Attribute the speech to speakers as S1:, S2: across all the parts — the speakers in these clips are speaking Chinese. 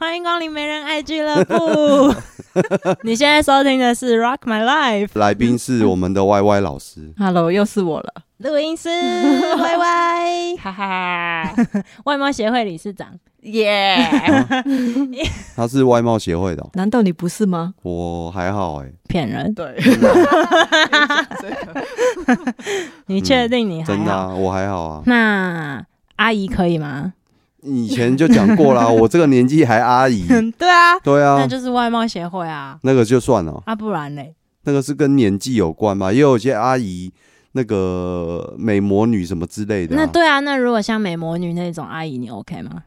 S1: 欢迎光临没人爱俱乐 部。你现在收听的是《Rock My Life》，
S2: 来宾是我们的 Y Y 老师，
S3: Hello，又是我了，
S1: 录音 师 Y Y，
S3: 哈哈，
S1: 外貌协会理事长。
S3: 耶！
S2: 他是外貌协会的哦、
S3: 难道你不是吗？
S2: 我还好哎、
S1: 骗人！
S3: 对，
S1: 你确定你还好？
S2: 真的、啊，我还好啊。
S1: 那阿姨可以吗？
S2: 以前就讲 过啦，我这个年纪还阿姨，
S1: 对啊，
S2: 对啊
S1: 那，就是外貌协会啊。
S2: 那个就算了，
S1: 啊，不然嘞？
S2: 那个是跟年纪有关嘛，也有些阿姨那个美魔女什么之类的、啊。
S1: 那对啊，那如果像美魔女那种阿姨，你 OK 吗？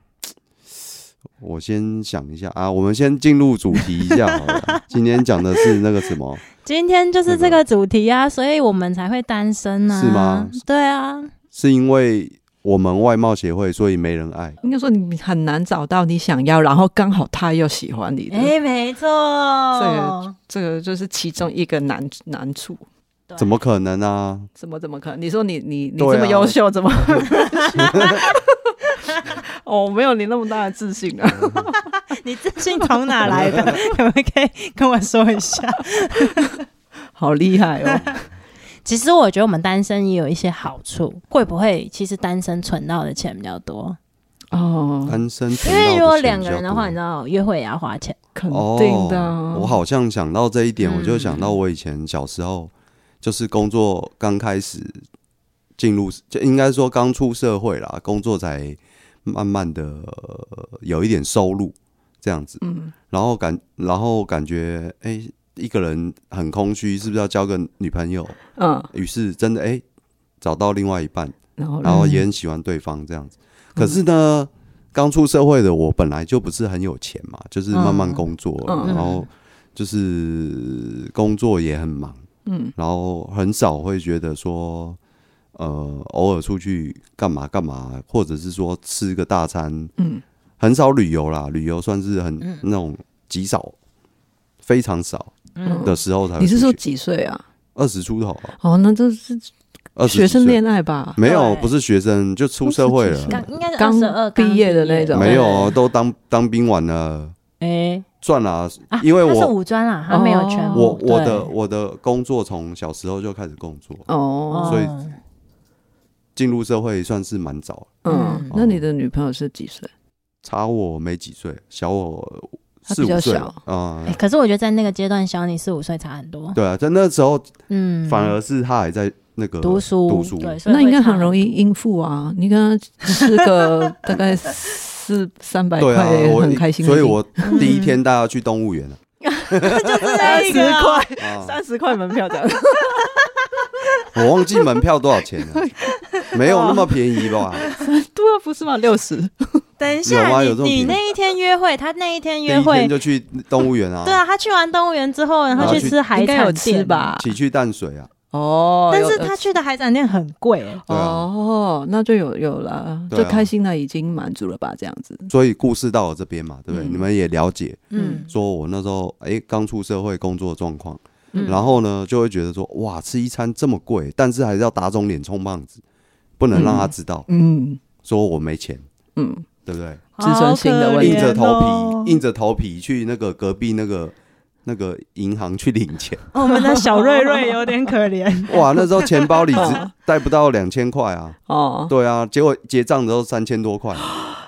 S2: 我先想一下啊，我们先进入主题一下好了。 今天讲的是那个什么，
S1: 今天就是这个主题啊，所以我们才会单身啊。
S2: 是吗？
S1: 对啊，
S2: 是因为我们外貌协会，所以没人爱。
S3: 应该说你很难找到你想要，然后刚好他又喜欢你的，
S1: 哎，没错，
S3: 这个这个就是其中一个难难处。
S1: 对
S2: 怎么可能啊？
S3: 怎么怎么可能？你说你你你
S2: 对啊
S3: 这么优 秀，怎么？ 哦，没有你那么大的自信啊！
S2: 嗯
S1: 你自信从哪来 的？可不可以跟我说一下？
S3: 好厉害哦！
S1: 其实我觉得我们单身也有一些好处，会不会其实单身存到的钱比较多？
S3: 哦，
S2: 单身
S1: 因
S2: 频道的
S1: 为如果
S2: 钱
S1: 两
S2: 比
S1: 个
S2: 较
S1: 人的话，
S2: 多
S1: 你知道约会也要花钱。
S3: 肯定的啊
S2: 哦。我好像想到这一点，
S1: 嗯
S2: 我就想到我以前小时候，就是工作刚开始进入，就应该说刚出社会啦，工作才慢慢的、呃有一点收入这样子，
S3: 嗯，
S2: 然后感然后感觉哎、一个人很空虚，是不是要交个女朋友？
S3: 嗯，
S2: 于是真的哎、找到另外一半，
S3: 然后
S2: 然后
S3: 呢
S2: 也很喜欢对方这样子。可是呢，刚出社会的我本来就不是很有钱嘛，就是慢慢工作，
S3: 嗯嗯
S2: 然后就是工作也很忙，
S3: 嗯，
S2: 然后很少会觉得说，呃，偶尔出去干嘛干嘛，或者是说吃个大餐，
S3: 嗯，
S2: 很少旅游啦，旅游算是很、
S1: 嗯
S2: 那种极少。非常少
S1: 嗯
S3: 嗯，
S2: 的时呃候才会
S3: 你是说
S2: 出去
S3: 几岁啊？
S2: 二十出头啊？
S3: 哦，那这是
S2: 二十
S3: 学
S2: 几
S3: 生
S2: 岁
S3: 恋爱哦吧？
S2: 没有，
S1: 对
S2: 不是学生，就出社会
S3: 二十
S2: 了
S3: 几。岁
S1: 刚应该是
S3: 刚
S1: 22
S3: 毕业的那种
S2: 没有，。都当当兵完了，
S1: 哎，
S2: 算了、
S1: 啊
S2: 因为
S1: 他是
S2: 我
S1: 五专啦，他没有全
S3: 哦
S1: 部。
S2: 我我的
S1: 对
S2: 我的工作从小时候就开始工作，
S3: 哦，
S2: 所以
S1: 哦
S2: 进入社会算是蛮早，
S3: 嗯
S1: 嗯，
S3: 那你的女朋友是几岁？
S2: 差我没几岁，小我
S3: 她
S2: 四
S3: 比较
S2: 五岁
S3: 小
S2: 啊、
S1: 哎可是我觉得在那个阶段，小你四五岁差很多。
S2: 对啊，在那时候
S1: 嗯，
S2: 反而是他还在那个
S1: 读书
S2: 读书，
S1: 对，所以
S3: 那应该
S1: 会差
S3: 很容易应付啊！你跟她吃个大概四三百
S2: 对
S3: 块
S2: 啊，，我
S3: 很开心的。
S2: 所以我第一天带他去动物园了、
S1: 就是
S3: 三
S1: 那
S3: 十
S1: 一个啊
S3: 块，
S2: 啊，
S3: 三十块门票这样。
S2: 我忘记门票多少钱了，没有那么便宜吧？
S3: 对啊，不是吗？六十。
S1: 等一
S2: 有吗
S1: 下，你
S2: 有这种
S1: 你
S2: 频
S1: 那一天约会，他那一天
S2: 第
S1: 约
S2: 一天
S1: 会，
S2: 就去动物园啊，
S1: 对啊，他去完动物园之后，然
S2: 然
S1: 后
S2: 后
S1: 去
S2: 去
S1: 吃海
S3: 应该有
S1: 产
S3: 吃
S1: 店？
S3: 吧？
S2: 起去淡水啊，
S3: 哦，
S1: 但
S3: 有
S1: 是
S3: 有
S1: 他去的海产店很贵欸，
S2: 对啊
S3: 哦，那就有有了，
S2: 对啊
S3: 就开心了，已经满足了吧？这样子。
S2: 所以故事到我这边嘛，对不对？
S3: 嗯
S2: 你们也了解，
S1: 嗯
S3: 嗯，
S2: 说我那时候哎刚出社会工作状况，
S3: 嗯
S2: 然后呢就会觉得说哇吃一餐这么贵，但是还是要打肿脸充胖子，不能让他知道、
S3: 嗯
S2: 说我没钱，
S3: 嗯，
S2: 对不对？
S3: 自尊心的问题
S2: 硬
S1: 哦
S2: 着头皮、
S1: 硬
S3: 哦
S2: 硬着头皮去那个隔壁那个那个银行去领钱，
S1: 哦我们的小瑞瑞有点可 怜，
S2: 哇那时候钱包里只
S3: 嗯
S2: 带不到两千块啊，
S3: 哦，
S2: 对啊，结果结账的时候三千多块，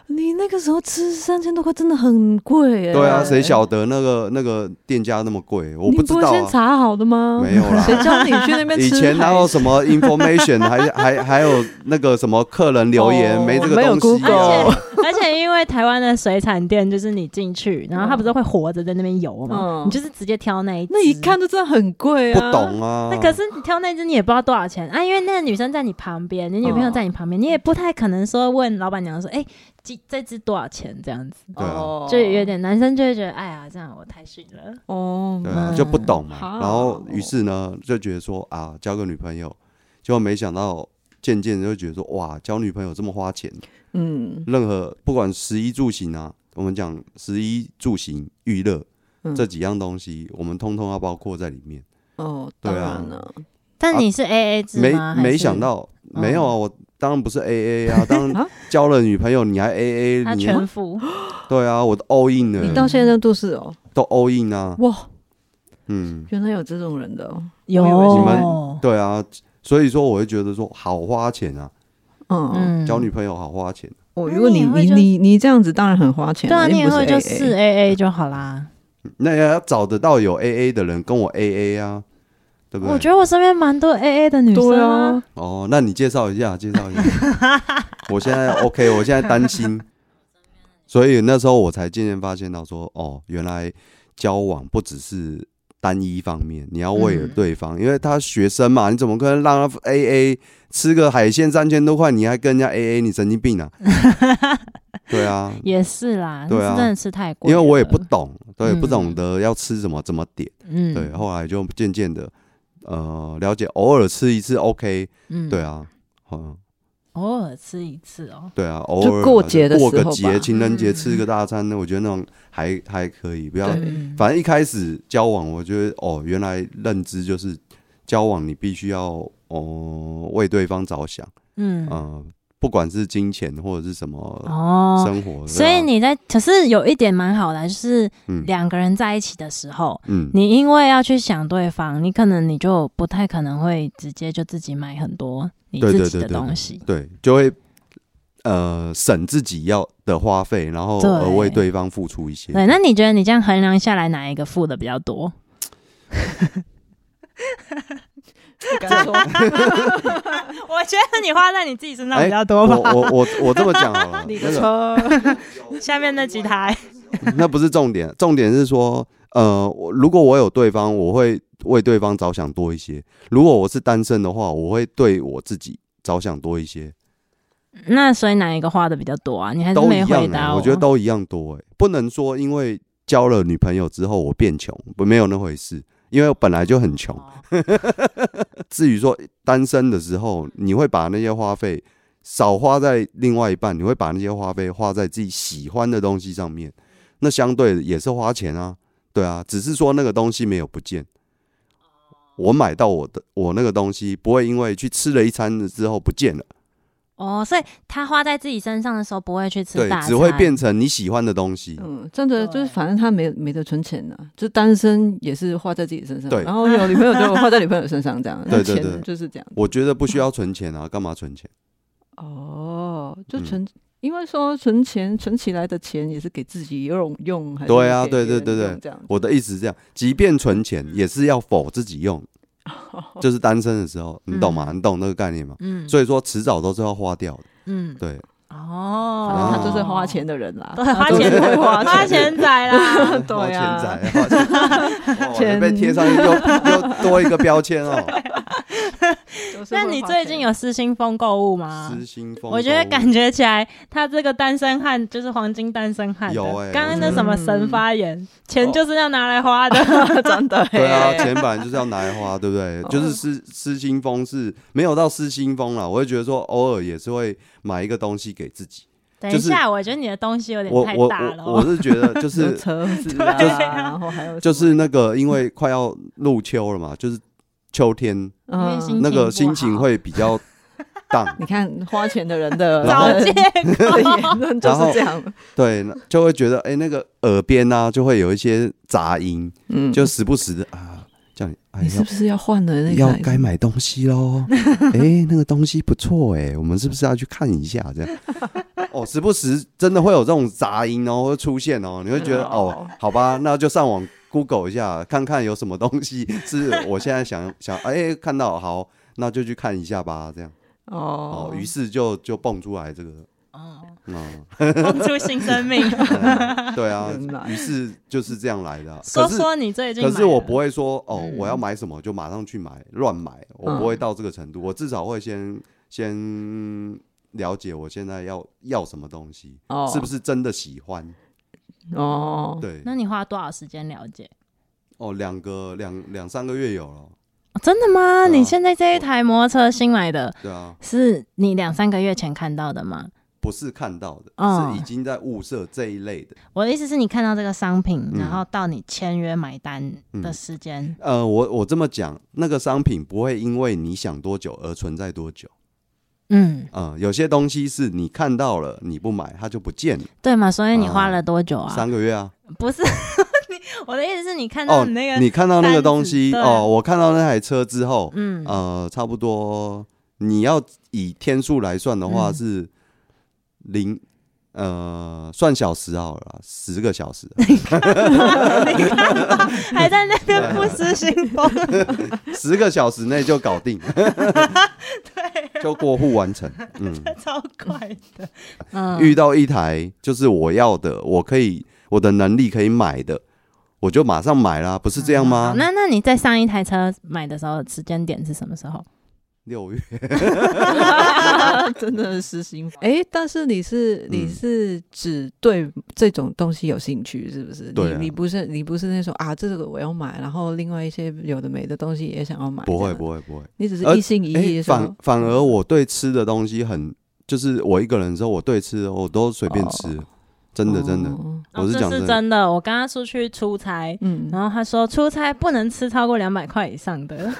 S3: 你那个时候吃三千多块真的很贵耶。
S2: 对啊，谁晓得那个那个店家那么贵，我
S3: 你
S2: 不知
S3: 不会
S2: 道、
S3: 先
S2: 啊。
S3: 查好的吗？
S2: 没有啦
S3: 谁叫你去那边吃 海？
S2: 以前哪有 什么 information，还还还有那个什么客人留言，
S3: 哦
S2: 没这个
S3: 没有
S2: 东西啊
S3: Google
S1: 而且因为台湾的水产店就是你进去，然后他不是会活着在那边游吗？
S3: 嗯
S1: 你就是直接挑那一只
S3: 那一看。就知道很贵
S2: 不
S3: 啊，。
S2: 懂啊。
S1: 那可是你挑那只你也不知道多少钱啊，因为那个女生在你旁
S3: 哦
S1: 边，你女朋友在你旁边，你也不太可能说问老板娘说，哎、这这只多少钱这样子，
S2: 对啊
S3: 哦
S1: 就有点男生就会觉得，哎呀，这样我太逊了。
S3: 哦
S2: 对，啊，
S1: 嗯
S2: 就不懂嘛。
S3: 好
S2: 然后于是呢，就觉得说啊，交个女朋友，结果没想到渐渐就觉得说，哇，交女朋友这么花钱，
S3: 嗯
S2: 任何不管食衣住行啊，我们讲食衣住行娱乐
S3: 嗯
S2: 这几样东西，我们通通要包括在里面。
S3: 哦，
S2: 对
S3: 当
S2: 啊
S3: 然了，
S1: 但你是 A A 制
S2: 没
S1: 吗？还
S2: 没
S1: 是哦
S2: 想到，没有啊，我当然不是 A A 啊，当
S3: 啊
S2: 交了女朋友你还 A
S1: 他
S2: A，你
S1: 全付，
S2: 对啊，我都 all in
S3: 你到
S2: 了，
S3: 现在都是哦，
S2: 都 all in 啊，
S3: 哇，
S2: 嗯，
S3: 原来有这种人的哦，
S1: 有
S3: 我以为
S2: 是
S1: 哦
S2: 对啊，所以说我会觉得说好花钱啊，
S3: 嗯，
S1: 嗯，
S2: 交女朋友好花钱，
S3: 哦，
S1: 那
S3: 如果你
S1: 你也会
S3: 你
S1: 就
S3: 你你这样子，当然很花钱
S1: 对
S3: 了，
S1: 啊，你也
S3: 又不
S1: 会就
S3: AA
S1: 是 A A 就好啦。
S2: 那要找得到有 A A 的人跟我 A A 啊，对不对？
S1: 我觉得我身边蛮多 A A 的女
S3: 对
S1: 生
S3: 啊，，
S2: 哦，那你介绍 一下，介绍一下。我现在 OK，我现在担心，所以那时候我才渐渐发现到说，哦，原来交往不只是单一方面，你要为了
S1: 嗯
S2: 对方，因为他学生嘛，你怎么可能让他 AA 吃个海鲜三千多块，你还跟人家 AA，你神经病啊！对啊，
S1: 也是啦，
S2: 对啊
S1: 是真的是太贵
S2: 因
S1: 了，
S2: 为我也不懂，对，
S1: 嗯
S2: 不懂得要吃什么，怎么点，
S1: 嗯，
S2: 对，啊后来就渐渐的，呃，了解，偶尔吃一次 OK，
S1: 嗯，
S2: 对，啊，嗯。
S1: 偶尔吃一次哦，
S2: 对啊，偶
S3: 就
S2: 尔
S3: 过节的
S2: 过
S3: 时
S2: 个
S3: 候吧
S2: 节，情人节
S1: 嗯
S2: 吃个大餐，我觉得那种还还可以，不要。
S3: 对
S1: 嗯
S2: 啊反正一开始交往，我觉得哦，原来认知就是交往你必须要哦为对方着想，嗯、
S1: 嗯
S2: 不管是金钱或者是什么
S1: 哦，
S2: 生活，
S1: 所
S2: 对
S1: 以
S2: 啊
S1: 你在，可是有一点蛮好的，就是
S2: 嗯
S1: 两个人在一起的时候，
S2: 嗯
S1: 你因为要去想对方，你可能你就不太可能会直接就自己买很多你
S2: 对对
S1: 自己的
S2: 对对
S1: 东西。
S2: 对就会呃省自己要的花费，然后
S1: 对
S2: 而为对方付出一些。
S1: 对，那你觉得你这样衡量下来，哪一个付的比较多？啊
S3: 不敢说，
S1: 我觉得你花在你自己身
S2: 上比
S1: 较多
S2: 我我我我这么讲好了
S3: 你
S2: 那
S3: 的
S2: 个
S3: 车，
S1: 下面那几台，
S2: 那不是重点，重点是说，呃，我如果我有对方，我会为对方着想多一些；如果我是单身的话，我会对我自己着想多一些，
S1: 那所以哪一个花的比较多啊？你还是
S2: 都一
S1: 没回
S2: 样、
S1: 答
S2: 欸。我觉得都一样多、欸，不能说因为交了女朋友之后我变穷，不没有那回事，因为我本来就很穷。至于说单身的时候，你会把那些花费少花在另外一半，你会把那些花费花在自己喜欢的东西上面，那相对的也是花钱啊，对啊，只是说那个东西没有不见。我买到我的我那个东西，不会因为去吃了一餐之后不见了，
S1: 哦，所以他花在自己身上的时候，不会去吃
S2: 对
S1: 大，
S2: 只会
S1: 餐
S2: 变成你喜欢的东西。
S3: 嗯，真的就是
S1: 对
S3: 反正他没没得存钱的，就单身也是花在自己身上，
S2: 对
S3: 然后有女朋友就花在女朋友身上，这样，
S2: 对对对
S3: 钱就是这样。
S2: 我觉得不需要存钱啊，干嘛存钱？
S3: 哦，就
S2: 嗯
S3: 存，因为说存钱存起来的钱也是给自己用用，还是
S2: 对啊
S3: 给别
S2: 对
S3: 人
S2: 对对
S3: 用
S2: 对
S3: 这样子。
S2: 我的意思是这样，即便存钱也是要否自己用，
S1: 哦
S2: 就是单身的时候，你懂吗？你懂那个概念吗？
S1: 嗯，
S2: 所以说迟早都是要花掉的。
S1: 嗯，
S2: 对，
S1: 哦，
S2: 啊
S3: 反正他就是花钱的人啦，
S1: 对，
S3: 他
S1: 花
S3: 就是
S1: 钱
S3: 会花啊
S1: 花 钱仔啦。
S2: 花
S3: 对
S2: 钱
S3: 啊，
S2: 仔，花钱仔，哇哦
S3: 钱
S2: 被贴上又 又多一个标签哦。
S3: 就是会
S1: 那
S3: 花
S1: 你最近
S3: 钱
S1: 有失心疯购物吗？
S2: 失心疯，
S1: 我觉得感觉起来，他这个单身汉就是黄金单身汉的。
S2: 有欸
S1: 刚刚那
S3: 我觉得
S1: 什么神发言，钱
S3: 哦
S1: 就是要拿来花的。
S3: 真的
S2: 对啊，
S3: 欸
S2: 钱本来就是要拿来花，对 不对？就是失失心疯是没有到失心疯啦，我会觉得说偶尔也是会买一个东西给自己。
S1: 等
S2: 就
S1: 一
S2: 是
S1: 下，我觉得你的东西有点
S2: 我
S1: 太
S2: 我
S1: 大了
S2: 我我
S1: 哦。
S2: 是觉得 就
S3: 有
S2: 是
S3: 车子啊，
S1: 对啊
S3: 然后还有
S2: 就是那个，因为快要入秋了嘛，就是秋天
S1: 因为心
S3: 嗯，
S2: 那个
S1: 情不好
S2: 心情会比 较荡。
S3: 你看花钱的人的
S2: 然后
S1: 找借
S3: 的
S1: 口。
S3: 言论就是这样，
S2: 对，那就会觉得哎、那个耳边呢、就会有一些杂音，
S3: 嗯，
S2: 就时不时的啊，叫你哎
S3: 你是
S2: 要
S3: 不是要换了那个
S2: 要该买东西喽， 哎、那个东西不错哎、我们是不是要去看一下？这 样哦，时不时真的会有这种杂音哦会出现哦，你会觉得哦
S3: 哦，
S2: 好吧，那就上网 Google 一下，看看有什么东西是我现在想想哎、看到好，那就去看一下吧，这样
S3: 哦
S2: 哦，于是就就蹦出来这个。
S1: 哦
S2: 嗯，
S1: 放出新生命，
S2: 嗯 对啊
S3: 原，来
S2: 于是就是这样来的啊。
S1: 说
S2: 可是
S1: 说你最近买
S2: 可
S1: 了。
S2: 是我不会说哦
S1: 嗯，
S2: 我要买什么就马上去买，乱买，我不会到这个程
S1: 嗯
S2: 度。我至少会先先了解我现在要要什么东西，
S3: 哦
S2: 是不是真的喜欢？
S3: 哦，
S2: 对，
S1: 那你花多少时间了解？
S2: 哦，两个两两三个月有了，
S1: 哦真的吗？
S2: 对啊
S1: 你现在这一台摩托车新买的，
S2: 对啊，
S1: 是你两三个月前看到的吗？
S2: 不是看到的，
S1: 嗯
S2: 是已经在物色这一类的。
S1: 我的意思是你看到这个商品，
S2: 嗯
S1: 然后到你签约买单的时间，
S2: 呃，我我这么讲，那个商品不会因为你想多久而存在多久。
S1: 嗯，
S2: 嗯、有些东西是你看到了你不买，它就不见了，
S1: 对嘛？所以你花了多久啊？
S2: 三个月啊。
S1: 不是， 你我的意思是你看到
S2: 哦，
S1: 你那个，
S2: 你看到那个东西
S1: 单子对
S2: 哦，我看到那台车之后，
S1: 嗯，
S2: 呃，差不多你要以天数来算的话
S1: 嗯
S2: 是零，呃，算小时好了啦，十个小 时，啊
S1: 你看吧，还在那边不失心疯，
S2: 十个小时内就 搞定，就过户完成。嗯，
S1: 超快的。嗯，
S2: 遇到一台就是我要的，我可以我的能力可以买的，我就马上买啦，不是这样吗
S1: 嗯好？那那你在上一台车买的时候，时间点是什么时候？
S2: 六月，
S3: 真的是心烦。哎，但是你是你
S2: 嗯
S3: 是只对这种东西有兴趣，是不是？
S2: 对啊
S3: 你你不是你不是那种啊，这个我要买，然后另外一些有的没的东西也想要买。
S2: 不
S3: 这
S2: 会
S3: 样
S2: 不会不会，
S3: 你只是
S2: 呃
S3: 一心一
S2: 哎、
S3: 意说
S2: 反反而
S1: 嗯
S2: 我对吃的东西很，就是我一个人的时候，我对吃的我都随便吃，
S3: 哦
S2: 真的真的，
S3: 哦
S1: 哦
S2: 我是
S1: 这
S2: 讲
S1: 是
S2: 的。
S1: 真的。我刚刚出去出差，
S3: 嗯
S1: 然后他说出差不能吃超过两百块以上的。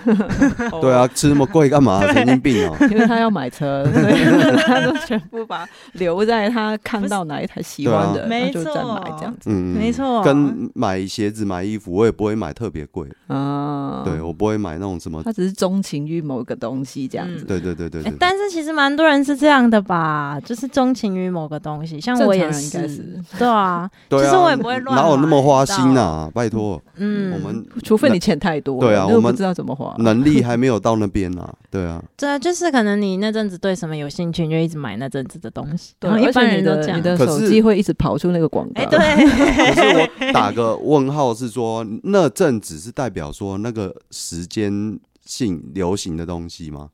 S2: 对啊，吃那么贵 干嘛？
S1: 对
S2: 神经病哦、
S3: 因为他要买车，所以 他就全部把留在他看到哪一台喜欢的，
S1: 对啊
S3: 他就再买
S1: 没错
S3: 这样子
S2: 嗯，
S1: 没错啊
S2: 跟买鞋子、买衣服，我也不会买特别贵，
S1: 嗯
S3: 啊。
S2: 对我不会买那种什么，
S3: 他只是钟情于某个东西这样子。
S2: 对对对对
S1: 哎
S2: 对，
S1: 但是其实蛮多人是这样的吧，就是钟情于某个东西，像
S3: 正
S1: 我
S3: 常
S1: 也
S3: 人应该是，
S1: 对啊，
S2: 对
S1: 其
S2: 啊，
S1: 实我也不会乱
S2: 哪有那么花
S1: 买
S2: 心啊？拜托，
S1: 嗯，
S2: 我们
S3: 除非你钱太多，
S2: 对啊
S3: 你又
S2: 我
S3: 不
S2: 们
S3: 知道怎么花。
S2: 能力还没有到那边啊，对啊，
S1: 对啊，就是可能你那阵子对什么有兴趣，你就一直买那阵子的东西，
S3: 对，
S1: 然后一
S3: 而
S1: 般
S3: 且你
S1: 人都
S3: 的
S1: 这样
S3: 你。的
S2: 可
S3: 手
S2: 是
S3: 机会一直跑出那个广告。
S1: 哎， 对，
S2: 可是我打个问号是说，那阵子是代表说那个时间性流行的东西吗？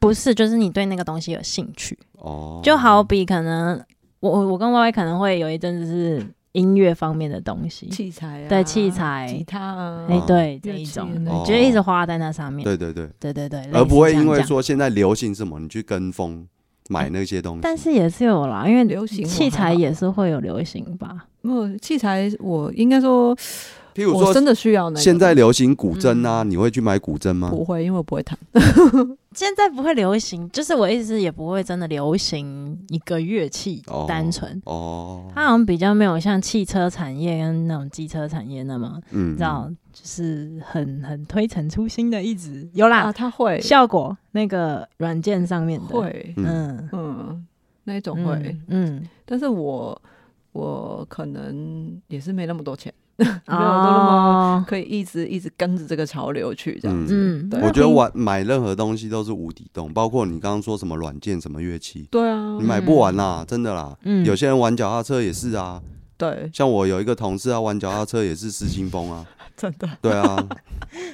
S1: 不是，就是你对那个东西有兴趣，
S2: 哦，
S1: 就好比可能我我我跟 Y Y 可能会有一阵子是音乐方面的东西，
S3: 器材啊，
S1: 对器材
S3: 吉他啊，
S1: 哎，对这
S3: 乐
S1: 一
S3: 器
S1: 种
S3: 的，那
S1: 你
S2: 种
S1: 就一直花在那上面，
S2: 对对对，
S1: 哦对对对，
S2: 而不会
S1: 类
S2: 因
S1: 似这样
S2: 为
S1: 讲，
S2: 说现在流行什么，你去跟风买那些东西。
S1: 但是也是有啦，因为
S3: 流行我
S1: 器材
S3: 还好
S1: 也是会有流行吧，
S3: 没有器材，我应该说，
S2: 譬如
S3: 我真
S2: 说，
S3: 的需要那个。
S2: 现在流行古筝
S1: 嗯
S2: 啊，你会去买古筝吗？
S3: 不会，因为我不会弹。
S1: 现在不会流行，就是我意思是也不会真的流行一个乐器
S2: 哦，
S1: 单纯。
S2: 哦，
S1: 它好像比较没有像汽车产业跟那种机车产业那么，
S2: 嗯
S1: 你知道，就是很很推陈出新的，一直有啦、
S3: 啊，他会
S1: 效果那个软件上面的，
S3: 会，
S2: 嗯，
S1: 嗯，
S3: 嗯，那一种
S1: 嗯
S3: 会。
S1: 嗯，
S3: 但是我我可能也是没那么多钱， 没有那么
S1: 嗯哦，
S3: 可以一直一直跟着这个潮流去这样子。
S1: 嗯，
S3: 对
S2: 我觉得
S1: 我
S2: 玩买任何东西都是无底洞，包括你刚刚说什么软件、什么乐器，
S3: 对啊
S2: 你，买不完啦，真的啦。
S1: 嗯
S2: 有些人玩脚踏车也是啊，
S3: 对，
S2: 像我有一个同事啊，玩脚踏车也是失心疯 啊，
S3: 真的。
S2: 对啊，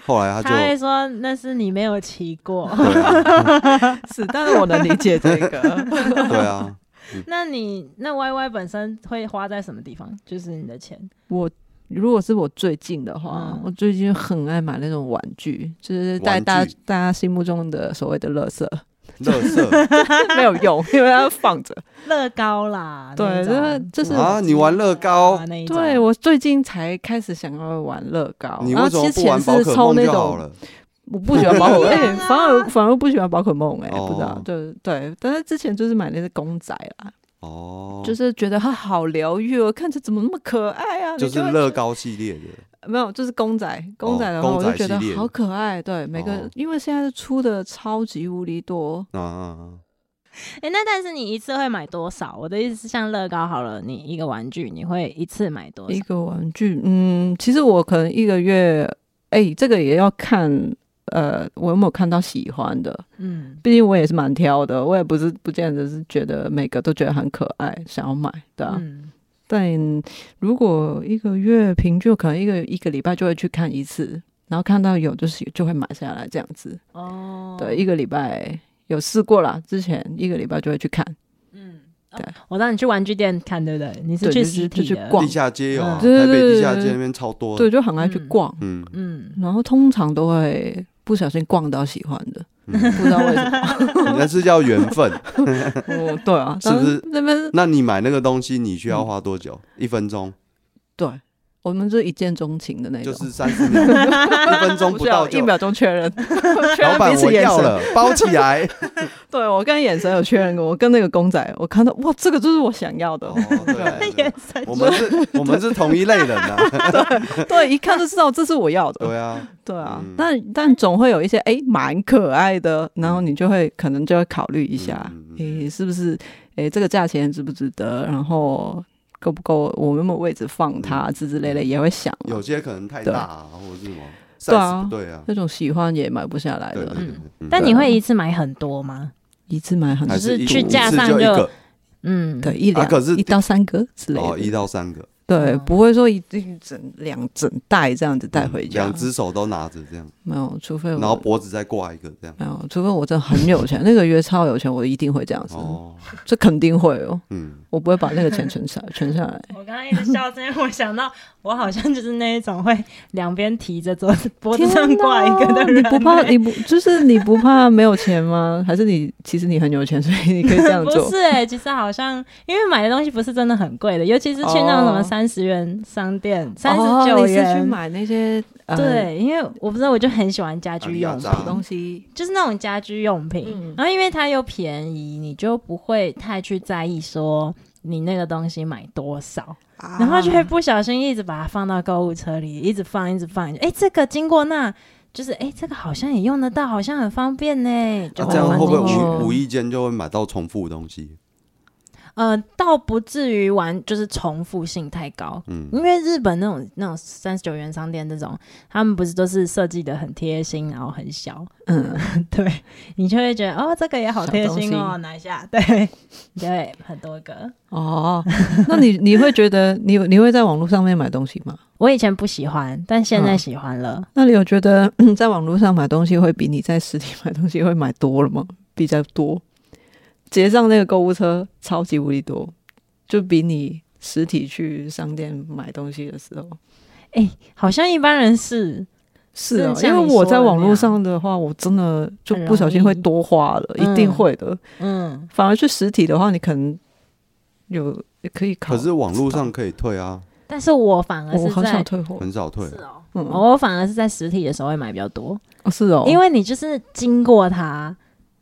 S2: 后来他就
S1: 他会说那是你没有骑过，
S2: 对啊，
S3: 是，但是我能理解这个。
S2: 对啊，
S1: 那你那 Y Y 本身会花在什么地方？就是你的钱，
S3: 我如果是我最近的话，
S1: 嗯
S3: 我最近很爱买那种玩具，就是在
S2: 玩具
S3: 大家大家心目中的所谓的垃 圾，
S2: 乐色
S3: 没有 用，因为它放着。
S1: 乐高啦，
S3: 对，就是就是。
S2: 啊，你玩乐高，
S1: 那一种
S3: 对，我最近才开始想要玩乐高，
S2: 你
S3: 然后
S2: 为什么
S3: 之
S2: 不玩
S3: 前
S2: 宝
S3: 是
S2: 可
S3: 抽
S2: 梦
S3: 那
S2: 就好
S3: 种
S2: 了？
S3: 我不喜欢宝可
S1: 不一
S3: 梦，
S1: 样
S3: 哎
S1: 啊
S3: 反而反而不喜欢宝可梦，哎，
S2: 哦
S3: 不知道，对对，但是之前就是买那些公仔啦，
S2: 哦，
S3: 就是觉得它好疗愈哦，看着怎么那么可爱啊，你
S2: 哦就是
S3: 就会
S2: 乐高系列的，
S3: 没有，就是公仔，公仔的话
S2: 哦公
S3: 我
S2: 仔
S3: 就觉得
S2: 系列
S3: 好可爱，对，每个
S2: 哦
S3: 因为现在出的超级无敌多，
S2: 啊啊啊，
S1: 哎、那但是你一次会买多少？我的意思是，像乐高好了，你一个玩具你会一次买多
S3: 一
S1: 少？
S3: 个玩具，嗯，其实我可能一个月，哎，这个也要看。呃，我有没有看到喜欢的？
S1: 嗯，
S3: 毕竟我也是蛮挑的，我也不是不见得是觉得每个都觉得很可爱，想要买，对啊。
S1: 嗯，
S3: 但如果一个月平均，可能一个一个礼拜就会去看一次，然后看到有就是就会买下来这样子。
S1: 哦，
S3: 对，，一个礼拜有试过啦，之前一个礼拜就会去看，
S1: 嗯，
S3: 对
S1: 哦我让你去玩具店看，对不对？你是
S3: 对
S1: 去
S3: 就是
S1: 实体
S3: 就去
S1: 的，
S3: 逛
S2: 地下街有啊，
S1: 嗯
S3: 对
S2: 台
S3: 对
S2: 北
S3: 对
S2: 地下街
S3: 对
S2: 那边超多的，
S3: 对，就很爱去
S1: 嗯
S3: 逛，
S2: 嗯，
S1: 嗯，
S3: 然后通常都会不小心逛到喜欢的，不知道为什 么。
S2: 那是叫缘分。
S3: 哦，对啊，
S2: 是不是
S3: 那边
S2: 那你买那个东西，你需
S3: 嗯
S2: 要花多久？一分钟，
S3: 对，我们是一见钟情的那
S2: 就
S3: 种，
S2: 是三十秒，一分钟
S3: 不
S2: 不
S3: 需
S2: 到
S3: 要
S2: 就
S3: 一。秒钟 确认，确
S2: 老
S3: 认
S2: 板，
S3: 彼
S2: 我
S3: 此眼
S2: 要
S3: 神。
S2: 了，包起来。
S3: 对我跟眼神有确认过，我跟那个公仔，我看到哇，这个就是我想要的
S2: 哦，，对，对
S1: 眼 神
S2: 对我们是，我们是同一类人 呐。
S3: 对，一看就知道这是我要的。
S2: 对啊，
S3: 对啊，
S2: 嗯
S3: 但但总会有一些哎蛮可爱的，然后你就会可能就会考虑一下，哎、
S2: 嗯嗯
S3: 是不是哎、这个价钱值不值得，然后够不够我们有没有位置放它，之之类类也会想啊
S2: 嗯
S3: 嘛、
S2: 有些可能太
S3: 对
S2: 大啊，或者是什么
S3: 对啊
S2: size 不对啊，
S3: 那种喜欢也买不下来
S2: 对对
S3: 的，
S2: 对
S1: 嗯。
S2: 嗯
S1: 但你会一次买很多吗？
S3: 一次买很
S2: 还
S1: 就是
S2: 一
S1: 去
S2: 一次
S1: 架上
S2: 就一
S1: 就
S2: 个
S1: 嗯，
S3: 对一两、
S2: 啊可是
S3: 一到三个之类的，
S2: 哦，一哦到三个，
S3: 对，
S1: 嗯
S3: 不会说一一整两整袋这样子带回家，
S2: 嗯两只手都拿着这样，
S3: 没有，除非我
S2: 然后脖子再挂一个这样。
S3: 没有，除非我真的很有钱，那个约超有钱，我一定会这样子，
S2: 哦，
S3: 这肯定会哦，
S2: 嗯，
S3: 我不会把那个钱存下存下来。
S1: 我刚刚一直笑，是因为我想到我好像就是那一种会两边提着桌子脖子上挂一个的人、
S3: 天哪你不 怕？你不就是你不怕没有钱吗？还是你其实你很有钱，所以你可以这 样
S1: 不
S3: 做？
S1: 是哎、其实好像因为买的东西不是真的很贵的，尤其是去那种什么
S3: 哦
S1: 三十元商店，三十九
S3: 哦、你是去
S1: 元、
S3: 买那些、呃、
S1: 对，因为我不知道，我就很喜欢家居用
S2: 阿里
S1: 品
S2: 亚，扎
S3: 东西，
S1: 就是那种家居用品。
S3: 嗯
S1: 然后因为它又便宜，你就不会太去在意说你那个东西买多少，然后就会不小心一直把它放到购物车里，一直放，一直放。哎，这个经过那。就是哎、这个好像也用得到，好像很方便呢。就把
S2: 那啊这
S1: 它
S2: 样
S1: 放
S2: 会不会
S1: 进去
S3: 哦
S2: 无无意间就会买到重复的东西？
S1: 呃，倒不至于玩，就是重复性太高。
S2: 嗯
S1: 因为日本那种那种三十九元商店这种，他们不是都是设计的很贴心，然后很小，
S3: 嗯，
S1: 对你就会觉得哦，这个也好贴心
S3: 小东
S1: 哦，拿一下， 对对，很多个。
S3: 哦，那你你会觉得你有你会在网络上面买东西吗？
S1: 我以前不喜欢，但现在
S3: 嗯
S1: 喜欢了。
S3: 那你有觉得 嗯在网络上买东西会比你在实体买东西会买多了吗？比较多，结账那个购物车超级无敌多，就比你实体去商店买东西的时候嗯
S1: 哎、好像一般人是
S3: 是
S1: 真
S3: 啊
S1: 的，像
S3: 因为
S1: 你
S3: 我
S1: 说
S3: 在
S1: 的
S3: 网
S1: 那
S3: 络
S1: 样
S3: 上的话，我真的就
S1: 很
S3: 不小心
S1: 容
S3: 会
S1: 易
S3: 多花了，一
S1: 嗯
S3: 定会的。
S1: 嗯，
S3: 反而去实体的话，你可能有可以考，
S2: 可是网络上可以退啊，
S1: 但是我反而
S3: 哦我
S1: 是
S3: 好想
S1: 在。
S3: 退货，
S2: 很少退
S1: 是。哦，
S3: 嗯，
S1: 我反而是在实体的时候会买比较多，
S3: 哦是哦，
S1: 因为你就是经过它，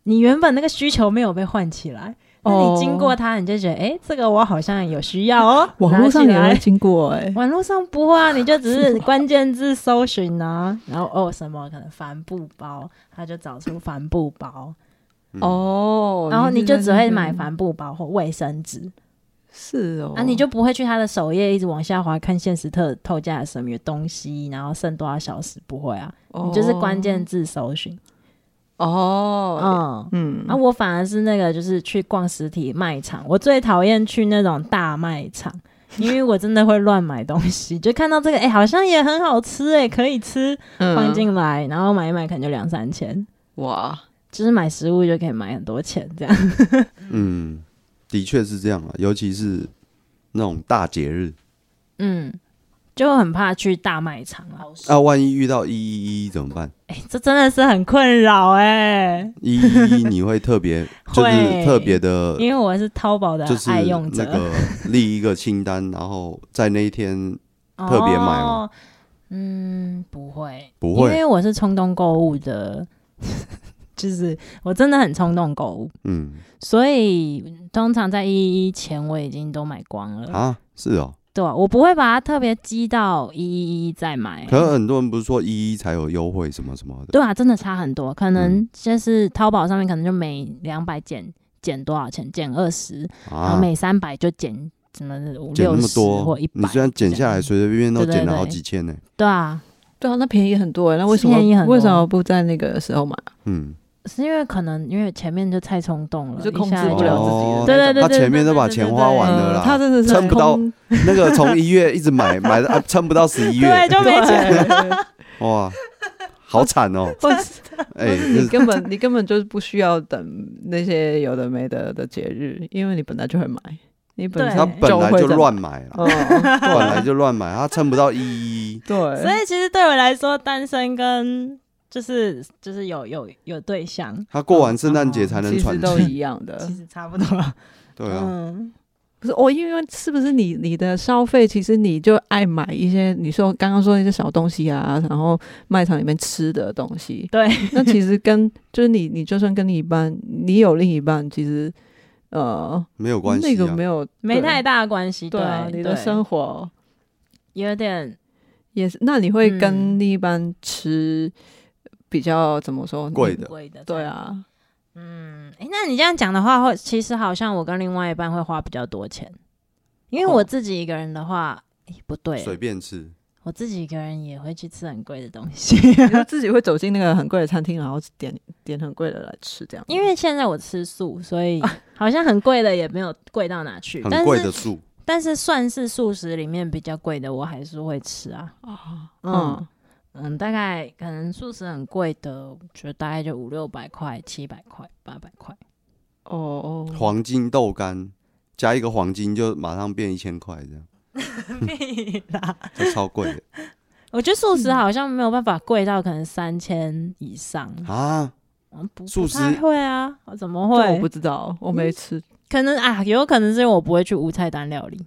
S1: 你原本那个需求没有被唤起来，那你经过
S3: 哦
S1: 它，你就觉得，哎、这个我好像有需要哦。
S3: 网络上
S1: 拿起
S3: 也会
S1: 来，
S3: 经过哎、
S1: 网络上不会啊，你就只是关键字搜寻啊，然后哦什么可能帆布包，他就找出帆布包，
S2: 嗯，
S3: 哦，
S1: 然后你就只会买
S3: 房
S1: 帆布包或卫生纸
S3: 是哦，
S1: 啊，你就不会去他的首页一直往下滑看限时特透价什么东西，然后剩多少小时，不会啊，你就是关键字搜寻，
S3: 哦，
S1: 嗯。
S3: 嗯
S1: 啊，我反而是那个，就是去逛实体卖场，我最讨厌去那种大卖场，因为我真的会乱买东西，就看到这个，哎、好像也很好吃、哎，可以吃，
S3: 嗯
S2: 嗯
S1: 放进来，然后买一买，可能就两三千，
S3: 哇，
S1: 就是买食物就可以买很多钱这样。
S2: 嗯，的确是这样啊，尤其是那种大节日
S1: 嗯，就很怕去大卖场啊，
S2: 啊，万一遇到一一一怎么办？
S1: 哎、这真的是很困扰哎、
S2: 一 一一你会特别就是
S1: 会
S2: 特别的，
S1: 因为我是淘宝的
S2: 就是
S1: 爱用者，
S2: 那个立一个清单，然后在那一天特别买吗
S1: 哦。嗯，不会，
S2: 不
S1: 因
S2: 会，
S1: 为我是冲动购物的，就是我真的很冲动购物，
S2: 嗯
S1: 所以通常在一一前我已经都买光了。
S2: 啊，是哦。
S1: 对啊、我不会把它特别积到一一一再买。
S2: 可是很多人不是说一一才有优惠什么什么的，
S1: 对啊，真的差很多，可能
S2: 嗯
S1: 就是淘宝上面可能就每两百减减多少钱，减二十，然后
S2: 啊，
S1: 每三百就减什么五
S2: 减
S1: 六
S2: 那么
S1: 十
S2: 多
S1: 或一，
S2: 你
S1: 百
S2: 虽。然减下来，随随便便都
S1: 对对
S2: 减了
S1: 对
S2: 好几千呢。
S1: 对啊，
S3: 对啊，那便宜很多哎、那为什么
S1: 便宜很多
S3: 为什么不在那个时候买？
S2: 嗯，
S1: 是因为可能因为前面就太冲动了，
S3: 就控
S1: 一下
S3: 制不了自己的
S2: 哦
S3: 那种，
S1: 对对对
S2: 他前面都把钱花完
S1: 对
S2: 了
S3: 嗯他
S2: 啦，
S3: 真的是
S2: 撑不到
S3: 空
S2: 那个从一月一直买买的，啊 撑不到十一
S1: 对，
S2: 月，
S1: 就没钱。
S3: 对
S2: 哇，好惨 哦！
S3: 或者是
S2: 哎，
S3: 或是
S2: 这
S3: 你根本你根本就是不需要等那些有的没的的节日，因为你本来就会买，你本
S1: 对
S3: 身
S2: 他本来
S3: 会
S2: 就
S3: 这么
S2: 乱买啊 了，
S3: 哦，
S2: 本来就乱买，他撑不到一一。
S3: 对，
S1: 所以其实对我来说，单身跟就是就是有有有对象，
S2: 他过完圣诞节才能
S1: 哦
S3: 其实
S2: 喘
S3: 都
S2: 气，
S3: 一样的
S1: 其。实差不多。
S2: 对啊，
S1: 嗯，。
S3: 不是哦，因为是不是你你的消费，其实你就爱买一些你说刚刚说那些小东西啊，然后卖场里面吃的东西
S1: 对，
S3: 那其实跟就是你你就算跟另一半，你有另一半，其实呃
S2: 没有关系
S3: 那个
S2: 啊
S3: 没。有
S1: 嗯没
S3: 对
S1: 太大的关系。
S3: 对啊，你的
S1: 对
S3: 生活
S1: 有点
S3: 也是。那你会
S1: 嗯
S3: 跟另一半吃比较怎么说
S2: 贵的
S1: 贵的。
S3: 对，啊，
S1: 嗯，哎，那你这样讲的话，会其实好像我跟另外一半会花比较多钱，因为我
S3: 哦
S1: 自己一个人的话，诶不对，
S2: 随便吃，
S1: 我自己一个人也会去吃很贵的东西，
S3: 你就自己会走进那个很贵的餐厅，然后点点很贵的来吃这样。
S1: 因为现在我吃素，所 以好像很贵的也没有贵到哪去，
S2: 很
S1: 但
S2: 贵的
S1: 是
S2: 素，
S1: 但是算是素食里面比较贵的，我还是会吃啊。
S3: 啊，
S1: 嗯
S3: 嗯，
S1: 嗯，大概可能素食很贵的，我觉得大概就五六百块、七百块、八百块。
S3: 哦，
S2: 黄金豆干加一个黄金就马上变一千块，这样
S1: 屁啦！
S2: 这超 贵的
S1: 我觉得素食好像没有办法贵到可能三千以上，
S2: 啊！
S1: 嗯不
S2: 素
S1: 不
S2: 食
S1: 太会啊，我怎么
S3: 这我
S1: 会
S3: 不？知道，我没吃。
S1: 可能啊，有可能是因为我不会去无菜单料理，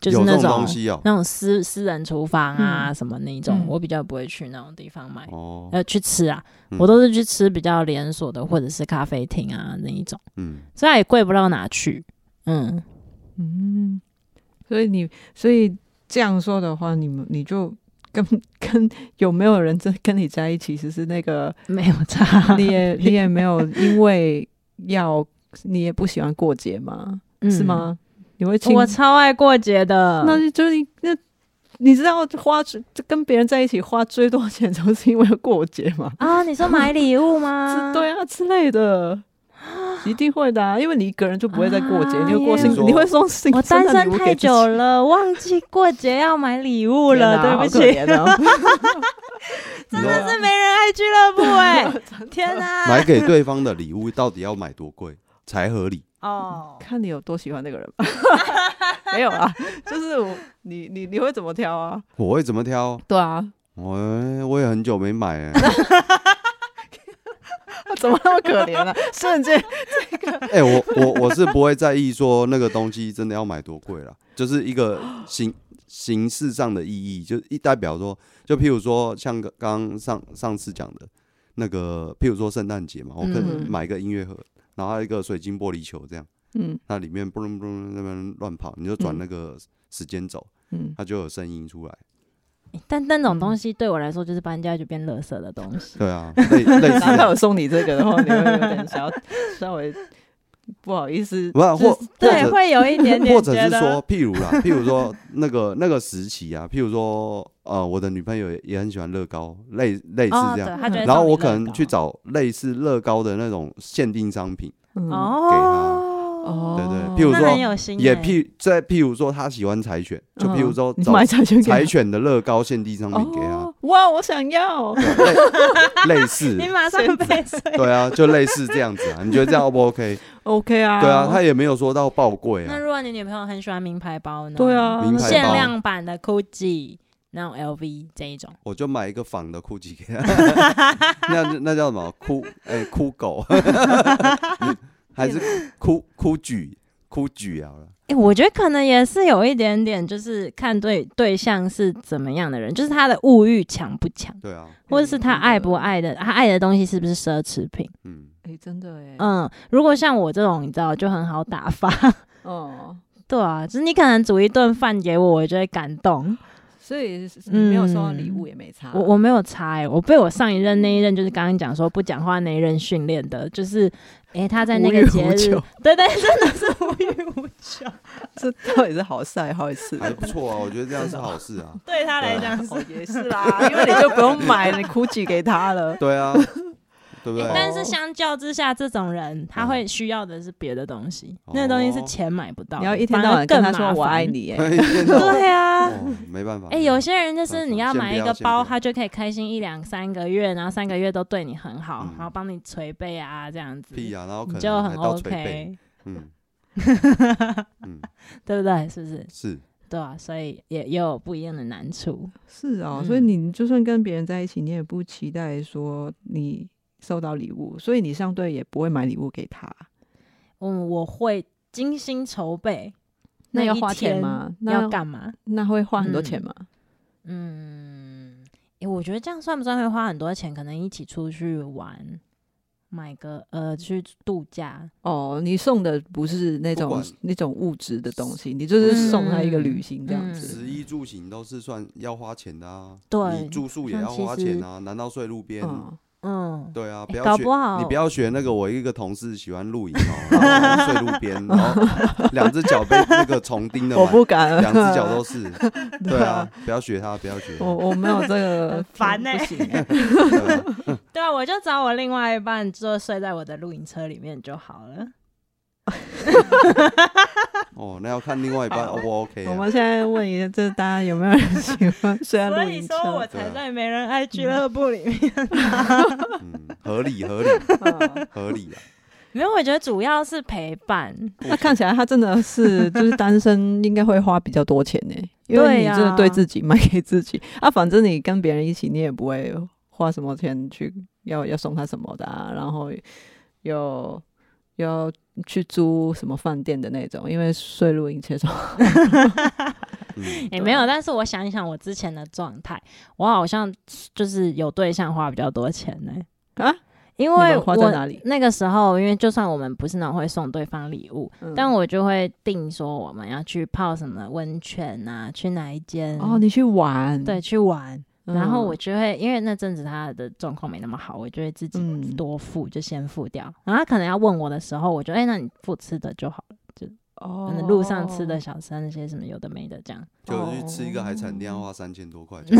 S1: 就是
S2: 有
S1: 那
S2: 这
S1: 种
S2: 种东西哦。
S1: 那种私私人厨房啊、什么那种，
S3: 嗯
S1: 我比较不会去那种地方买，
S2: 哦，
S1: 呃，去吃啊，
S2: 嗯
S1: 我都是去吃比较连锁的或者是咖啡厅啊那一种，
S2: 嗯，
S1: 虽然也贵不到哪去，嗯，
S3: 嗯，所以你所以这样说的话，你们你就跟 跟有没有人在跟你在一起，其实 那个
S1: 没有差，
S3: 你也你也没有因为要你也不喜欢过节嘛，
S1: 嗯
S3: 是？吗？你会请
S1: 我超爱过节的，
S3: 那就就是你那。你知道花这跟别人在一起花最多钱， 就是因为过节嘛？
S1: 啊，你说买礼物吗？
S3: 是对啊之类的，一定会的、啊，因为你一个人就不会再过节，
S1: 啊
S3: 你会过
S2: 耶
S3: 圣，你会送圣
S1: 我单
S3: 圣诞礼
S1: 身
S3: 物
S1: 太
S3: 给自己
S1: 久了，忘记过节要买礼物
S3: 天
S1: 了，
S3: 哪
S1: 对不
S3: 好可
S1: 起，
S3: 怜哦
S1: 真的是没人爱俱乐 部哎、天哪、
S2: 买给对方的礼物到底要买多贵 才合理？
S1: 哦，
S3: 看你有多喜欢那个人吧。 没有啊，就是我，你你你会怎么挑啊？
S2: 我会怎么挑？
S3: 对啊，
S2: 我我也很久没买 哎、
S3: 怎么那么可怜啊？瞬间
S2: 哎、我我我是不会在意说那个东西真的要买多贵啦，就是一个形形式上的意义，就一代表说，就譬如说像刚刚上上次讲的那个，譬如说圣诞节嘛，我可能
S3: 嗯
S2: 买一个音乐盒，然后还有一个水晶玻璃球这样，
S3: 嗯
S2: 那里面嘣嘣嘣那边乱跑，你就转
S3: 嗯
S2: 那个时间轴，
S3: 嗯，
S2: 它就有声音出来。
S1: 但那种东西对我来说就是搬家就变垃圾的东西。
S2: 对啊，类类似
S3: 然后 他
S2: 的
S3: 有送你这个的话，你会有点想要稍微不好意思，
S2: 不是啊或
S1: 对，
S2: 或者
S1: 会有一点点，
S2: 或者是说，，譬如啦，譬如说那个那个时期啊，譬如说呃，我的女朋友也也很喜欢乐高，类类似
S1: 哦，
S2: 这
S1: 对，
S2: 样。
S1: 他觉得，
S2: 然后我可能去，找类似乐高的那种限定商品，
S3: 嗯
S1: 哦，
S2: 对对譬如
S1: 那
S2: 说
S1: 哦很有心欸，
S2: 也譬再譬如说她喜欢柴犬，就譬如说
S3: 嗯你
S2: 找
S3: 买柴犬给他
S2: 柴犬的乐高限定商品给她，
S3: 哦，哇，我想要，
S2: 对类 类似
S1: 你，马上被睡，
S2: 对啊，就类似这样子啊。你觉得这样 O 不 OK？
S3: OK 啊，
S2: 对啊，他也没有说到爆贵
S1: 那
S2: 啊，
S1: 如果你女朋友很喜欢名牌包呢？
S3: 对，啊，
S2: 名牌包
S1: 限量版的 GUCCI 那种 LV 这一种，
S2: 我就买一个仿的 GUCCI 给 他，那那叫什么酷哎酷 狗，还是酷酷举酷举好了。
S1: 哎、我觉得可能也是有一点点，就是看对对象是怎么样的人，就是他的物欲强不强，
S2: 对啊，
S1: 或者是他
S3: 真的
S1: 爱不爱的，他爱的东西是不是奢侈品？
S2: 嗯，
S3: 哎，真的哎，
S1: 嗯，如果像我这种，你知道就很好打发。
S3: 哦，
S1: 对啊，就是你可能煮一顿饭给我，我就会感动。
S3: 所以你没有收到礼物也没差，
S1: 我我没有差、欸，我被我上一任那一任，就是刚刚讲说不讲话那一任训练的，就是，诶、他在那
S3: 无
S1: 个
S3: 欲
S1: 节
S3: 无
S1: 日
S3: 求，
S1: 对对，
S3: 啊
S1: 真的是无欲无求。
S3: 这到底是好事还是坏事？
S2: 还不错啊，我觉得这样是好事啊。
S1: 对他来
S2: 来
S1: 讲
S2: 讲
S1: 是
S3: 哦，也是啦，因为你就不用买，你哭泣给他 了。
S2: 对啊， 对不啊对
S1: 欸？但是
S3: 哦
S1: 相较之下，这种人他会需要的是别的东西，
S2: 哦
S1: 那个东西是钱买不到的。
S3: 你要一天到晚跟他
S1: 反而
S3: 说
S1: 更
S3: 我
S1: 麻烦
S3: 爱。你，哎，
S2: 哦一天到晚
S1: 对啊，
S2: 哦，没办法。
S1: 哎、有些人就是
S2: 算了
S1: 你要
S2: 先
S1: 买
S2: 不
S1: 一
S2: 要
S1: 个
S2: 先
S1: 包，
S2: 不要
S1: 他就可以开心一两三个月，然后三个月都对你很好，
S2: 嗯
S1: 然后帮你捶背啊这样子，
S2: 屁啊，然后可
S1: 你就
S2: 能
S1: 很
S2: 还到捶背，
S1: OK，
S2: 嗯嗯，
S1: 对不对？是不是？
S2: 是
S1: 对啊，所以也也有不一样的难处。
S3: 是啊、
S1: 嗯
S3: 所以你就算跟别人在一起，你也不期待说你收到礼物，所以你相对也不会买礼物给他。
S1: 嗯，我会精心筹备，
S3: 那要
S1: 一
S3: 花钱
S1: 天
S3: 吗那
S1: 要干嘛？
S3: 那会花很多
S1: 嗯
S3: 钱吗？
S1: 嗯，诶我觉得这样算不算会花很多钱？可能一起出去玩，买个呃去度假，
S3: 哦，你送的不是那
S2: 不
S3: 种
S2: 管
S3: 那种物质的东西，你
S1: 嗯
S3: 就是送他一个旅行这样子。
S2: 食衣住行都是算要花钱的啊，
S1: 对
S2: 你住宿也要花钱啊，难道睡路边？
S3: 嗯，
S1: 嗯，
S2: 对啊，
S1: 诶
S2: 不要
S1: 搞
S2: 学
S1: 不好
S2: 你不要学那个，我一个同事喜欢露营哦，然后睡路边，然后两只脚被那个虫叮的
S3: 我
S2: 满，
S3: 不敢，
S2: 两只脚 都 是，对啊，不要学他，不要学他，
S3: 我我没有这个
S1: 很烦
S3: 呢、
S1: 欸
S3: 不行欸
S2: 对啊
S1: 对啊，我就找我另外一半就睡在我的露营车里面就好了。
S2: 哦，那要看另外一半，O 不 OK
S3: 我
S2: 啊？
S3: 们现在问一下，就是大家有没有人喜欢睡在
S1: 所
S3: 露
S1: 以
S3: 营
S1: 说我
S3: 车？
S2: 啊
S1: 才在没 人爱俱乐部里面。
S2: 嗯，合理合理
S3: 嗯
S2: 合理啊，
S1: 没有，我觉得主要是陪伴。
S3: 那看起来他真的是就是单身，应该会花比较多钱呢、因为
S1: 对
S3: 你
S1: 呀
S3: 就是对自己买给自己啊反正你跟别人一起，你也不会花什么钱去要要送他什么的、啊，然后又要去租什么饭店的那种，因为睡露营车上，
S2: 嗯，
S1: 也没有，但是我想一想我之前的状态，我好像就是有对象花比较多钱呢、
S3: 啊，
S1: 因为
S3: 你们花在
S1: 我
S3: 哪里
S1: 那个时候，因为就算我们不是那种会送对方礼物，
S3: 嗯
S1: 但我就会定说我们要去泡什么温泉啊，去哪一间
S3: 哦，你去玩，
S1: 对，去玩。
S3: 嗯，
S1: 然后我就会，因为那阵子他的状况没那么好，我就会自己
S3: 嗯
S1: 多付，就先付掉。然后他可能要问我的时候，我就哎、那你付吃的就好了，可
S3: 哦
S1: 能路上吃的小吃啊那些什么有的没的这样。
S2: 就去吃一个海产店要花三千多块钱，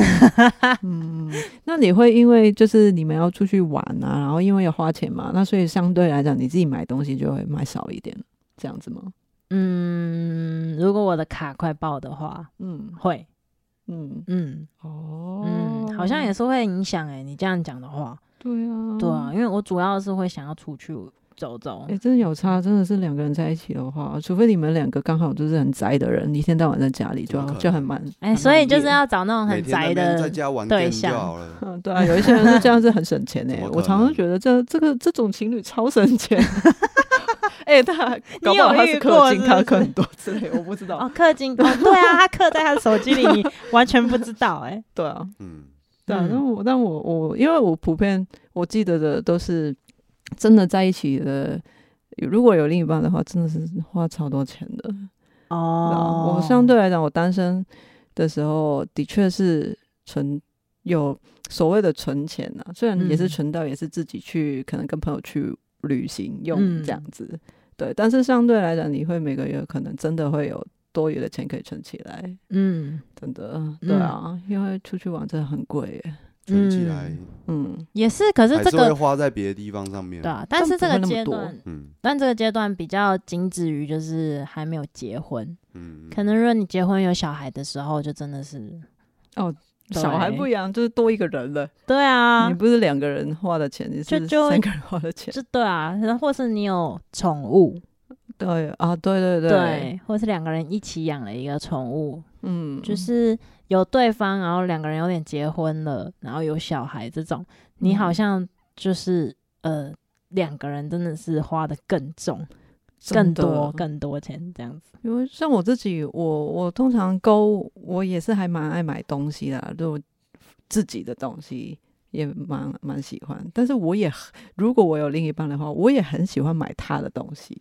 S3: 嗯，那你会因为就是你们要出去玩啊，然后因为要花钱嘛，那所以相对来讲你自己买东西就会买少一点，这样子吗？
S1: 嗯，如果我的卡快爆的话，
S3: 嗯
S1: 会，
S3: 嗯
S1: 嗯
S3: 哦
S1: 嗯，好像也是会影响哎、你这样讲的话，
S3: 对啊，
S1: 对啊，因为我主要是会想要出去走走
S3: 哎、，真的有差，真的是两个人在一起的话，除非你们两个刚好就是很宅的人，一天到晚在家里就
S2: 怎么可能
S3: 就很蛮
S1: 哎、所以就是。
S3: 很慢
S1: 要找那种
S2: 每
S1: 很
S2: 天那
S1: 宅
S2: 边在
S1: 的，
S2: 家玩
S1: 对
S2: game 就
S1: 象
S2: 好了。
S3: 嗯， 对啊，有一些人是这样，是很省钱欸诶、
S2: 怎么可能
S3: 我常常觉得这这个这种情侣超省钱。哎、他搞不好他是
S1: 你有遇
S3: 氪
S1: 过
S3: 金，他
S1: 是不
S3: 氪
S1: 是
S3: 很多之类，我不知道。
S1: 哦，氪金，哦，对啊，他氪在他的手机里，你完全不知道哎、
S3: 对啊，
S2: 嗯，
S3: 对啊，
S1: 嗯
S3: 但我但我我因为我普遍我记得的都是真的在一起的，如果有另一半的话，真的是花超多钱的。对啊
S1: 哦，
S3: 我相对来讲，我单身的时候的确是存有所谓的存钱啊，虽然也是
S1: 嗯
S3: 存到，也是自己去可能跟朋友去旅行用
S1: 嗯
S3: 这样子，对。但是相对来讲，你会每个月可能真的会有多余的钱可以存起来，
S1: 嗯，
S3: 真的，对啊，因为出去玩真的很贵耶，
S2: 存起来
S1: 嗯
S3: 嗯。
S1: 也是，可是
S2: 还
S1: 这
S2: 是会
S1: 个
S2: 花在别的地方上面
S1: 对。啊，但是这
S3: 这样
S1: 个
S3: 不会那
S1: 阶
S3: 么多
S1: 段，
S2: 嗯
S1: 但这个阶段比较仅止于就是还没有结婚，
S2: 嗯，
S1: 可能如果你结婚有小孩的时候，就真的是对
S3: 小孩不一样，就是多一个人了。
S1: 对啊
S3: 你，不是两个人花的钱，你是
S1: 就
S3: 三个人花的钱。
S1: 就对啊，然后或是你有宠物，
S3: 对啊，对对对，
S1: 对，或是两个人一起养了一个宠物，
S3: 嗯，
S1: 就是有对方，然后两个人有点结婚了，然后有小孩这种，你好像就是呃，两个人真的是花的更重、更
S3: 真的
S1: 多、更多钱这样子。
S3: 因为像我自己，我我通常购，我也是还蛮爱买东西的，就自己的东西也蛮蛮喜欢。但是我也很如果我有另一半的话，我也很喜欢买他的东西。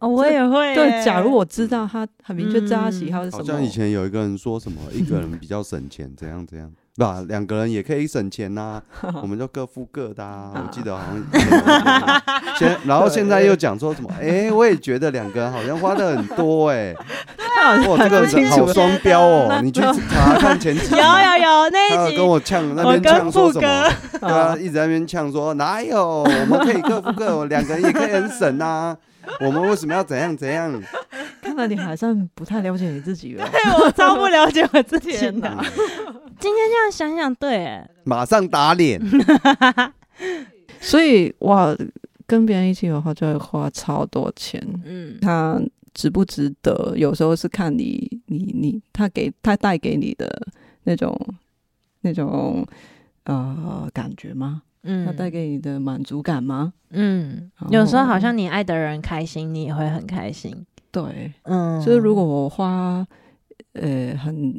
S1: 哦，
S3: 我也
S1: 会
S3: 对，嗯假如我知道他很明确知道他喜好是什
S2: 好
S3: 么，
S2: 像以前有一个人 说什么，一个人比较省钱，怎样怎样，不啊，两个人也可以省钱呐，
S1: 啊
S2: 我们就各付各的啊。我记得好像以前有这样 现，然后现在又讲说什么，哎，我也觉得两个人好像花的很多 哎，
S3: 他好
S2: 哇，
S3: 像
S2: 这个
S3: 不清
S2: 人
S3: 楚
S2: 好双标哦，
S3: 那
S2: 你去查看前几集
S1: 有。有有那
S2: 他
S1: 一
S2: 有跟
S1: 集，
S2: 我呛那
S1: 我
S2: 边
S1: 跟
S2: 呛
S1: 富
S2: 说什
S1: 哥
S2: 么？对啊，一直在那边呛说哪有，我们可以各付 各，两个人也可以很省啊。我们为什么要怎样怎样？
S3: 看来你还算不太了解你自己哦。
S1: 我超不了解我自己
S3: 天
S1: 的。
S3: 哪！
S1: 今天这样想想，对，哎
S2: 嗯马上打脸，
S3: 所以哇，跟别人一起的话就会花超多钱。
S1: 嗯
S3: 他值不值得，有时候是看你你你他给他带给你的那种那种呃感觉吗？
S1: 嗯，
S3: 他带给你的满足感吗？
S1: 嗯，
S3: 然后
S1: 有时候好像你爱的人开心，你也会很开心。
S3: 对，
S1: 嗯，
S3: 就是如果我花呃很，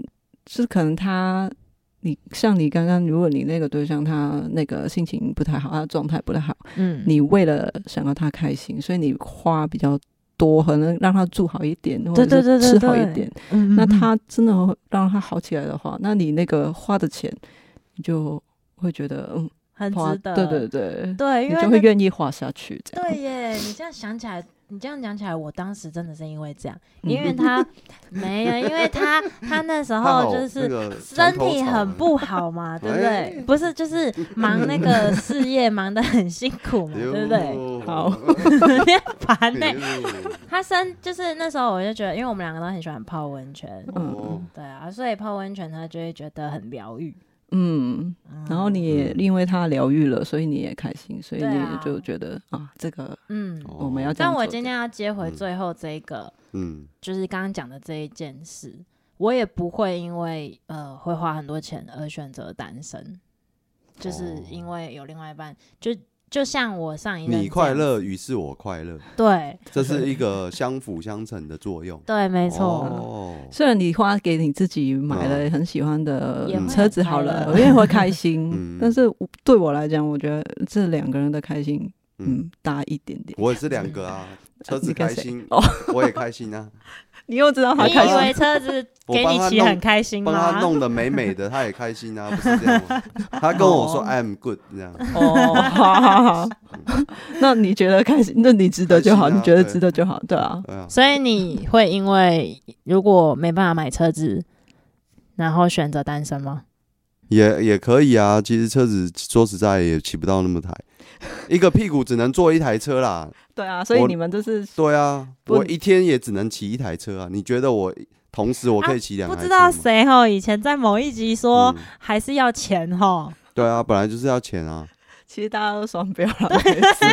S3: 就是可能他。你像你刚刚，如果你那个对象他那个心情不太好，他状态不太好，
S1: 嗯
S3: 你为了想要他开心，所以你花比较多，可能让他住好一点，或
S1: 对对
S3: 者
S1: 对
S3: 是
S1: 对
S3: 吃好一
S1: 对
S3: 点。
S1: 嗯
S3: 那
S1: 嗯
S3: 他真的会让他好起来的话，那你那个花的钱，你就会觉得嗯，
S1: 很
S3: 花
S1: 值得，
S3: 对对对，
S1: 对，因
S3: 你
S1: 为
S3: 就会
S1: 那
S3: 愿意花下去。这样嗯
S1: 对耶，你这样想起来，你这样讲起来，我当时真的是因为这样，
S3: 嗯
S1: 因为他没有，因为他他那时
S2: 他好
S1: 候就是
S2: 那个
S1: 身
S2: 墙头
S1: 体
S2: 草
S1: 很
S2: 啊
S1: 不好嘛，对不对
S2: 哎？
S1: 不是，就是忙那个 事业，忙得很辛苦嘛，对不 对？
S2: 对
S3: 好
S1: 烦呢、
S2: 哦
S1: 他身就是那时候我就觉得，因为我们两个都很喜欢泡温泉，
S2: 嗯，
S1: 对啊，所以泡温泉他就会觉得很疗愈。
S3: 嗯，然后你也因为他疗愈了，所以你也开心，所以
S1: 对
S3: 你
S1: 啊
S3: 就觉得啊，这个
S1: 嗯，
S2: 哦
S3: 我们要这
S1: 但
S3: 样
S1: 我
S3: 做
S1: 今天要接回
S2: 嗯
S1: 最后这一个，
S2: 嗯，
S1: 就是刚刚讲的这一件事，我也不会因为呃会花很多钱而选择单身，就是
S2: 哦
S1: 因为有另外一半，就就像我上一任
S2: 你快
S1: 这样，
S2: 乐，于是我快乐，
S1: 对
S2: 这是一个相辅相成的作用。
S1: 对，没错。
S2: 哦，
S3: 虽然你花给你自己买了很喜欢的嗯
S1: 也会
S3: 车子好
S1: 很
S3: 了，
S1: 快乐
S3: 我也会开心。
S2: 嗯
S3: 但是我对我来讲，我觉得这两个人的开心，
S2: 嗯，
S3: 嗯，大一点点。
S2: 我也是两个 啊，车子
S3: 你跟
S2: 开
S3: 谁
S2: 心
S3: 哦，
S2: 我也开心啊，
S3: 你又知道他
S1: 你以
S3: 开心，
S1: 为车子
S2: 我
S1: 给
S2: 帮
S1: 你
S2: 他
S1: 骑很
S2: 弄，
S1: 开心
S2: 帮他
S1: 吗？
S2: 弄得美美的，他也开心啊，不是这样吗？他跟我说
S3: 哦
S2: I'm good 这样，
S3: 哦，好好好，那你觉得开嗯心，那你值得就好，
S2: 开心啊
S3: 你觉得
S2: 对
S3: 值得就好，对啊，
S2: 对啊，
S1: 所以你会因为如果没办法买车子，然后选择单身吗？
S2: 也也可以啊。其实车子说实在也骑不到那么台，一个屁股只能坐一台车啦。
S3: 对啊，所以
S2: 我
S3: 你们就是
S2: 对啊，
S3: 不
S2: 我一天也只能骑一台车啊。你觉得我同时我可以骑两
S1: 不
S2: 台车、嗯
S1: 知道、
S3: 啊
S1: 谁哈，以前在某一集说、还是要钱哈，
S2: 对啊，本来就是要钱啊。
S3: 其实大家都双标了，没事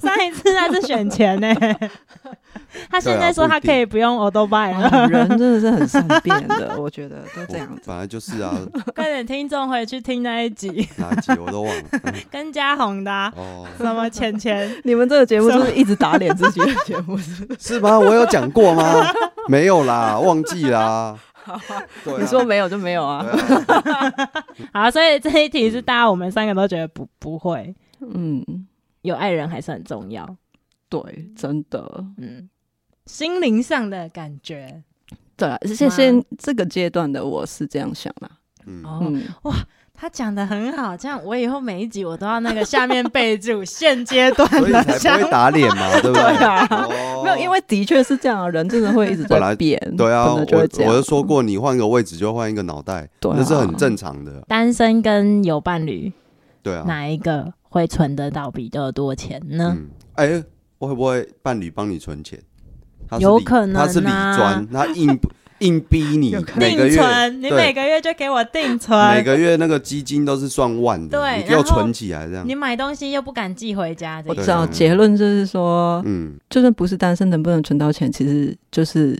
S1: 上一次他是选钱 呢、他
S2: 啊
S1: 现在说他可以不用 auto buy 了。
S3: 哇人真的是很善变的，我觉得都这样
S2: 我
S3: 子。
S2: 本来就是啊，
S1: 快点，听众回去听那一集
S2: 哪一集我都忘 了。嗯
S1: 跟嘉宏的 啊、
S2: 哦，
S1: 什么钱钱，
S3: 你们这个节目就是一直打脸自己的节 目，是不是
S2: 是吗？我有讲过 吗？没有啦，忘记啦。对啊、
S3: 你说没有就没有
S2: 对
S3: 啊，
S2: 啊？
S1: 好，所以这一题是大家我们三个都觉得不不会，
S3: 嗯，
S1: 有爱人还是很重要，
S3: 对，真的。
S1: 嗯，心灵上的感觉，
S3: 对啊，现现这个阶段的我是这样想啦。
S2: 嗯，
S1: 哦
S3: 嗯，
S1: 他讲的很好，这样我以后每一集我都要那个下面备注 现阶段
S2: 所以
S1: 的
S2: 你才
S1: 想
S2: 不会打脸嘛， 对不对？
S3: 对啊
S2: 哦
S3: 没有，因为的确是这样啊，人真的会一直
S2: 本来
S3: 在变，
S2: 对啊，
S3: 本
S2: 我
S3: 来就会这样。嗯
S2: 我就说，过，你换个位置就换一个脑袋，
S3: 对啊
S2: 这是很正常的。
S1: 单身跟有伴侣，
S2: 对啊，
S1: 哪一个会存得到比较多钱呢？
S2: 嗯，哎、会不会伴侣帮你存钱？他是
S1: 有
S2: 理
S1: 可能
S2: 他是理
S1: 啊
S2: 专，他 硬硬逼你
S3: 有可
S2: 嗯
S3: 能
S2: 每个
S1: 定
S2: 月，
S1: 存，你
S2: 对
S1: 每个月就给我定
S2: 每
S1: 存。
S2: 个月那个基金都是算万的，
S1: 对
S2: 你给我
S1: 然后
S2: 存起来这样
S1: 你。买东西又不敢寄回家，这
S3: 我
S1: 个
S3: 知道
S2: 对
S3: 结论就是说，
S2: 嗯，
S3: 就算不是单身，能不能存到钱，其实就是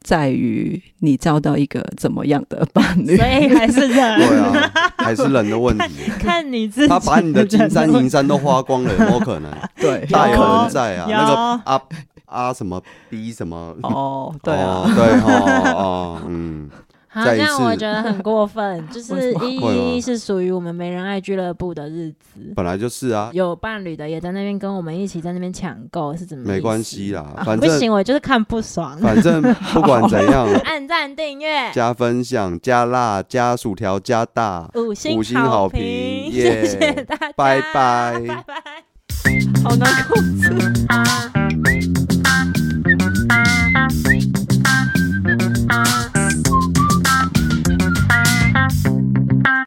S3: 在于你交到一个怎么样的伴侣。
S1: 所 以还是
S2: 对
S1: 人，
S2: 啊，还是人的问题。
S1: 看你自己。
S2: 他把你的金山银山都花光了，有没有可能？
S3: 对，
S2: 大有
S1: 可
S2: 人在啊，
S1: 有
S2: 那个啊啊什么 B 什么，
S3: 哦，对啊
S2: 哦，对哦哦，嗯，
S1: 好，
S2: 再
S1: 这
S2: 一
S1: 样我
S2: 次
S1: 觉得很过分。就是
S3: 为什么
S2: 会
S1: 依
S2: 吗
S1: 依是属于我们没人爱俱乐部的日子，
S2: 本来就是啊，
S1: 有伴侣的也在那边跟我们一起在那边抢购，是怎么？
S2: 没关系，啦，反
S1: 啊不
S2: 正
S1: 行，我就是看不爽。
S2: 反正不管怎样，啊
S1: 按赞、订阅、
S2: 加分享、加辣、加薯条、加大，
S1: 五星
S2: 五星好
S1: 评，
S2: 评
S1: 谢谢
S2: 耶
S1: 大家，
S2: 拜拜
S1: 拜拜。
S3: 好难控制。